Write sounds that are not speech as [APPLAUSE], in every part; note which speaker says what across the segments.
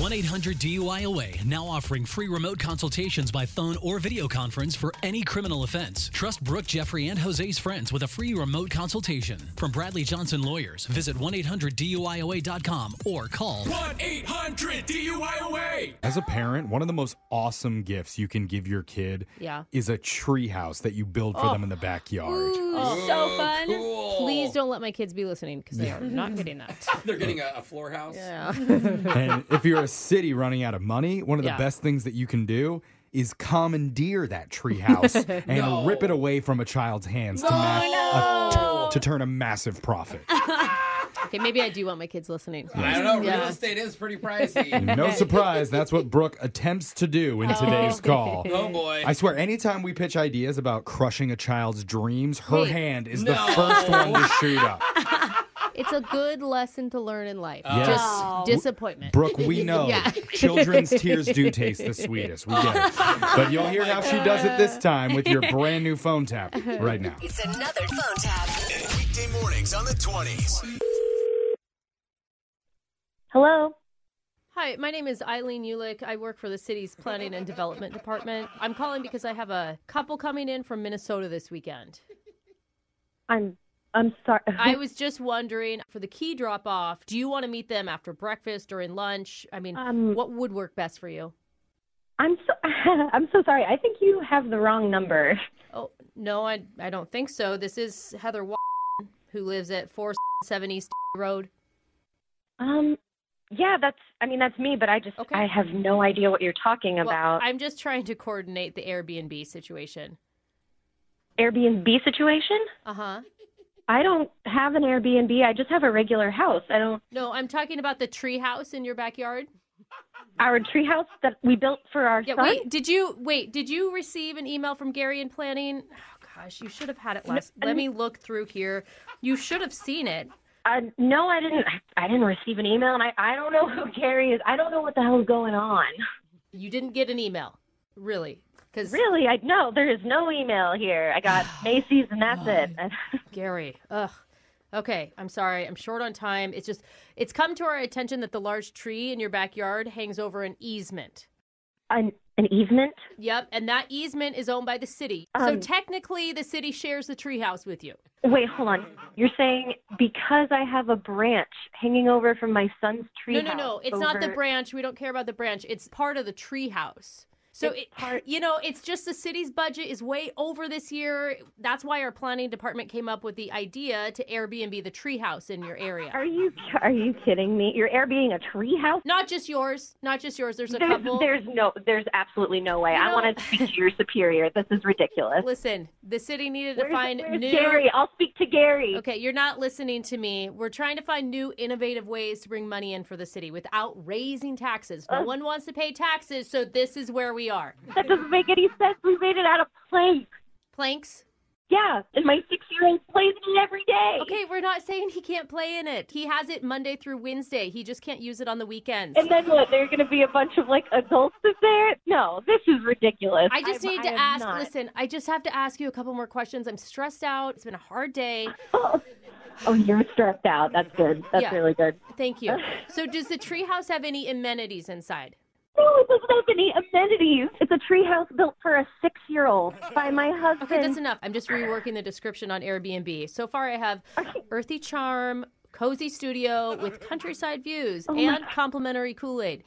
Speaker 1: 1 800 DUIOA now offering free remote consultations by phone or video conference for any criminal offense. Trust Brooke, Jeffrey, and Jose's friends with a free remote consultation. From Bradley Johnson Lawyers, visit 1 800 DUIOA.com or call
Speaker 2: 1 800 DUIOA.
Speaker 3: As a parent, one of the most awesome gifts you can give your kid
Speaker 4: Yeah. Oh.
Speaker 3: is a tree house that you build for them in the backyard.
Speaker 4: Ooh, [LAUGHS] so fun.
Speaker 5: cool.
Speaker 4: Please don't let my kids be listening because they are not getting that.
Speaker 5: They're getting a, a floor house.
Speaker 3: And if you're a city running out of money, one of the
Speaker 4: Yeah.
Speaker 3: best things that you can do is commandeer that tree house
Speaker 4: [LAUGHS]
Speaker 3: and rip it away from a child's hands to, ma- a- to turn a massive profit.
Speaker 4: Okay, maybe I do want my
Speaker 3: [LAUGHS]
Speaker 4: kids listening.
Speaker 5: I don't know. Real
Speaker 4: Yeah.
Speaker 5: estate is pretty pricey.
Speaker 3: No surprise, that's what Brooke attempts to do in
Speaker 4: [LAUGHS]
Speaker 3: today's call.
Speaker 5: oh boy.
Speaker 3: I swear, anytime we pitch ideas about crushing a child's dreams, her
Speaker 4: Wait.
Speaker 3: hand is the
Speaker 5: No.
Speaker 3: first one
Speaker 5: [LAUGHS]
Speaker 3: to shoot up.
Speaker 4: It's a good lesson to learn in life.
Speaker 3: Yes.
Speaker 4: Just disappointment.
Speaker 3: Brooke, we know
Speaker 4: Yeah.
Speaker 3: children's tears do taste the sweetest. We get it. But you'll hear how she does it this time with your brand new phone tap
Speaker 4: Uh-huh.
Speaker 3: right now.
Speaker 6: It's another phone tap.
Speaker 7: Weekday mornings on the 20s.
Speaker 8: Hello.
Speaker 4: Hi, my name is Eileen Ulick. I work for the city's planning and development department. I'm calling because I have a couple coming in from Minnesota this weekend.
Speaker 8: I'm I'm sorry. [LAUGHS]
Speaker 4: I was just wondering for the key drop off, do you want to meet them after breakfast, during lunch? I mean,
Speaker 8: Um,
Speaker 4: what would work best for you?
Speaker 8: I'm so [LAUGHS] I'm so sorry. I think you have the wrong number.
Speaker 4: Oh, no, I, I don't think so. This is Heather Wa- who lives at 407 East Road.
Speaker 8: Um yeah, that's I mean that's me, but I just
Speaker 4: Okay.
Speaker 8: I have no idea what you're talking
Speaker 4: Well,
Speaker 8: about.
Speaker 4: I'm just trying to coordinate the Airbnb situation.
Speaker 8: Airbnb situation?
Speaker 4: Uh huh.
Speaker 8: I don't have an Airbnb. I just have a regular house. I don't
Speaker 4: No, I'm talking about the tree house in your backyard.
Speaker 8: our tree house that we built for our
Speaker 4: Yeah,
Speaker 8: son.
Speaker 4: wait, did you wait, did you receive an email from Gary in planning? Oh gosh, you should have had it last. Let me look through here. You should have seen it.
Speaker 8: I, no, I didn't I, I didn't receive an email and I I don't know who Gary is. I don't know what the hell's going on.
Speaker 4: You didn't get an email. Really? Cuz
Speaker 8: Really? I no, there is no email here. I
Speaker 4: [SIGHS]
Speaker 8: got Macy's and that's it.
Speaker 4: Gary. Ugh. Okay, I'm sorry. I'm short on time. It's just it's come to our attention that the large tree in your backyard hangs over an easement.
Speaker 8: [LAUGHS] An an easement?
Speaker 4: Yep, and that easement is owned by the city. so
Speaker 8: Um,
Speaker 4: technically the city shares the treehouse with you.
Speaker 8: Wait, hold on. You're saying because I have a branch hanging over from my son's tree?
Speaker 4: No, no, no. It's not the
Speaker 8: over-
Speaker 4: branch. We don't care about the branch. It's part of the treehouse. So it, you know, it's just the city's budget is way over this year. That's why our planning department came up with the idea to Airbnb the treehouse in your area.
Speaker 8: Are you are you kidding me? You're Airbnb a tree house?
Speaker 4: Not just yours. Not just yours. There's a
Speaker 8: There's,
Speaker 4: couple.
Speaker 8: there's no, there's absolutely no way. I
Speaker 4: know-
Speaker 8: want to speak to your superior. This is ridiculous.
Speaker 4: Listen, the city needed to
Speaker 8: Where's,
Speaker 4: find
Speaker 8: where's
Speaker 4: new.
Speaker 8: Gary? I'll speak to Gary.
Speaker 4: Okay, you're not listening to me. We're trying to find new innovative ways to bring money in for the city without raising taxes. No one wants to pay taxes, so this is where we are.
Speaker 8: That doesn't make any sense. We made it out of plates.
Speaker 4: Planks,
Speaker 8: Yeah, and my six-year-old plays in it every day.
Speaker 4: Okay, we're not saying he can't play in it. He has it Monday through Wednesday. He just can't use it on the weekends.
Speaker 8: And then what? There are going to be a bunch of like adults in there? No, this is ridiculous.
Speaker 4: I just
Speaker 8: I'm-
Speaker 4: need
Speaker 8: I
Speaker 4: to
Speaker 8: am
Speaker 4: ask.
Speaker 8: not.
Speaker 4: Listen, I just have to ask you a couple more questions. I'm stressed out. It's been a hard day.
Speaker 8: Oh, you're stressed out. That's good. That's
Speaker 4: Yeah.
Speaker 8: really good.
Speaker 4: Thank
Speaker 8: [LAUGHS]
Speaker 4: you. So, does the treehouse have any amenities inside?
Speaker 8: No, it doesn't have any amenities. It's a treehouse built for a six-year-old by my husband.
Speaker 4: Okay, that's enough. I'm just reworking the description on Airbnb. So far, I have earthy charm, cozy studio with countryside
Speaker 8: Oh
Speaker 4: views, and complimentary Kool Aid.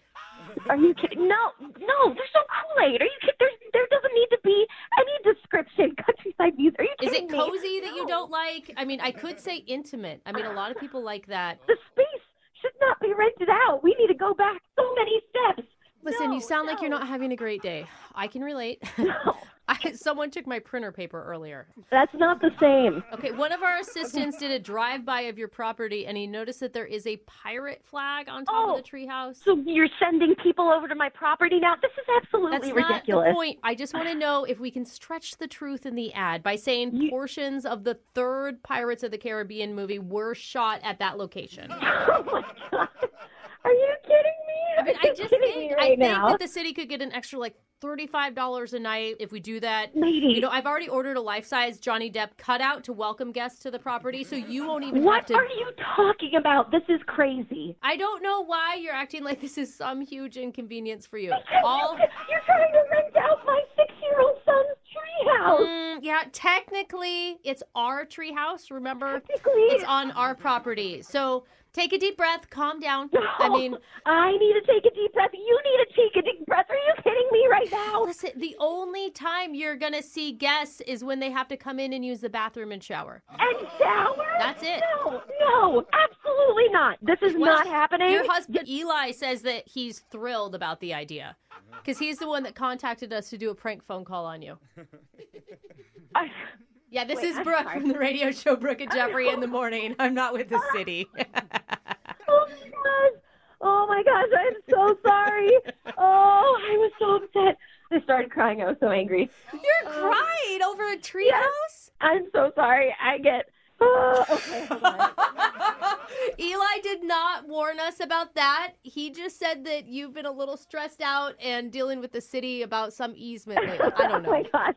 Speaker 8: Are you kidding? No, no. There's no Kool-Aid. Are you kidding? There's, there doesn't need to be any description. [LAUGHS] Countryside views. Are you
Speaker 4: Is
Speaker 8: kidding
Speaker 4: it
Speaker 8: me?
Speaker 4: cozy that you
Speaker 8: No.
Speaker 4: don't like? I mean, I could say intimate. I mean, a lot of people like that.
Speaker 8: The space should not be rented out. We need to go back so many steps.
Speaker 4: Listen, you
Speaker 8: No,
Speaker 4: sound like you're
Speaker 8: no.
Speaker 4: not having a great day. I can
Speaker 8: [LAUGHS]
Speaker 4: relate. [LAUGHS] I, someone took my printer paper earlier.
Speaker 8: That's not the same.
Speaker 4: Okay, one of our assistants did a drive by of your property and he noticed that there is a pirate flag on top
Speaker 8: Oh,
Speaker 4: of the treehouse.
Speaker 8: So you're sending people over to my property now? This is
Speaker 4: That's
Speaker 8: absolutely
Speaker 4: not
Speaker 8: ridiculous.
Speaker 4: the point. I just want to know if we can stretch the truth in the ad by saying portions of the third Pirates of the Caribbean movie were shot at that location.
Speaker 8: Oh my god. Are you kidding me?
Speaker 4: I mean, I just
Speaker 8: kidding
Speaker 4: think,
Speaker 8: me
Speaker 4: I
Speaker 8: right
Speaker 4: think
Speaker 8: now?
Speaker 4: that the city could get an extra like $35 a night if we do that.
Speaker 8: Lady.
Speaker 4: You know, I've already ordered a life size Johnny Depp cutout to welcome guests to the property, so you won't even have
Speaker 8: What
Speaker 4: to.
Speaker 8: are you talking about? This is crazy.
Speaker 4: I don't know why you're acting like this is some huge inconvenience for you.
Speaker 8: All...
Speaker 4: All.
Speaker 8: [LAUGHS] You're trying to rent out my six-year-old son's treehouse.
Speaker 4: Mm, yeah, technically, it's our treehouse. Remember,
Speaker 8: Technically.
Speaker 4: it's on our property. So take a deep breath, calm down. I mean,
Speaker 8: I need to take a deep breath. You need to take a deep breath. Are you kidding me right now?
Speaker 4: listen, the only time you're gonna see guests is when they have to come in and use the bathroom and shower.
Speaker 8: And shower?
Speaker 4: That's it.
Speaker 8: No, no, absolutely not. This is
Speaker 4: Well,
Speaker 8: not happening.
Speaker 4: Your husband Eli says that he's thrilled about the idea because he's the one that contacted us to do a prank phone call on you.
Speaker 8: I-
Speaker 4: Yeah, this is Brooke from the radio show Brooke and Jeffrey in the morning. I'm not with the city.
Speaker 8: [LAUGHS] oh my gosh. Oh my gosh, I'm so sorry. Oh, I was so upset. I started crying. I was so angry. Uh,
Speaker 4: You're crying over a treehouse.
Speaker 8: I'm so sorry. I get. Oh, okay, hold on.
Speaker 4: Eli did not warn us about that. He just said that you've been a little stressed out and dealing with the city about some easement. lately. I
Speaker 8: [LAUGHS]
Speaker 4: don't
Speaker 8: Oh my
Speaker 4: know.
Speaker 8: gosh.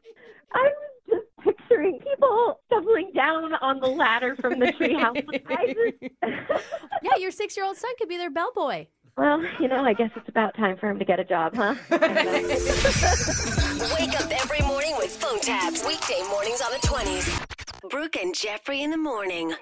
Speaker 8: I was just picturing people stumbling down on the ladder from the treehouse. I
Speaker 4: [LAUGHS]
Speaker 8: just.
Speaker 4: Yeah, your six-year-old son could be their bellboy.
Speaker 8: well, you know, I guess it's about time for him to get a job, huh?
Speaker 6: Wake up every morning with phone tabs. Weekday mornings on the 20s. Brooke and Jeffrey in the morning.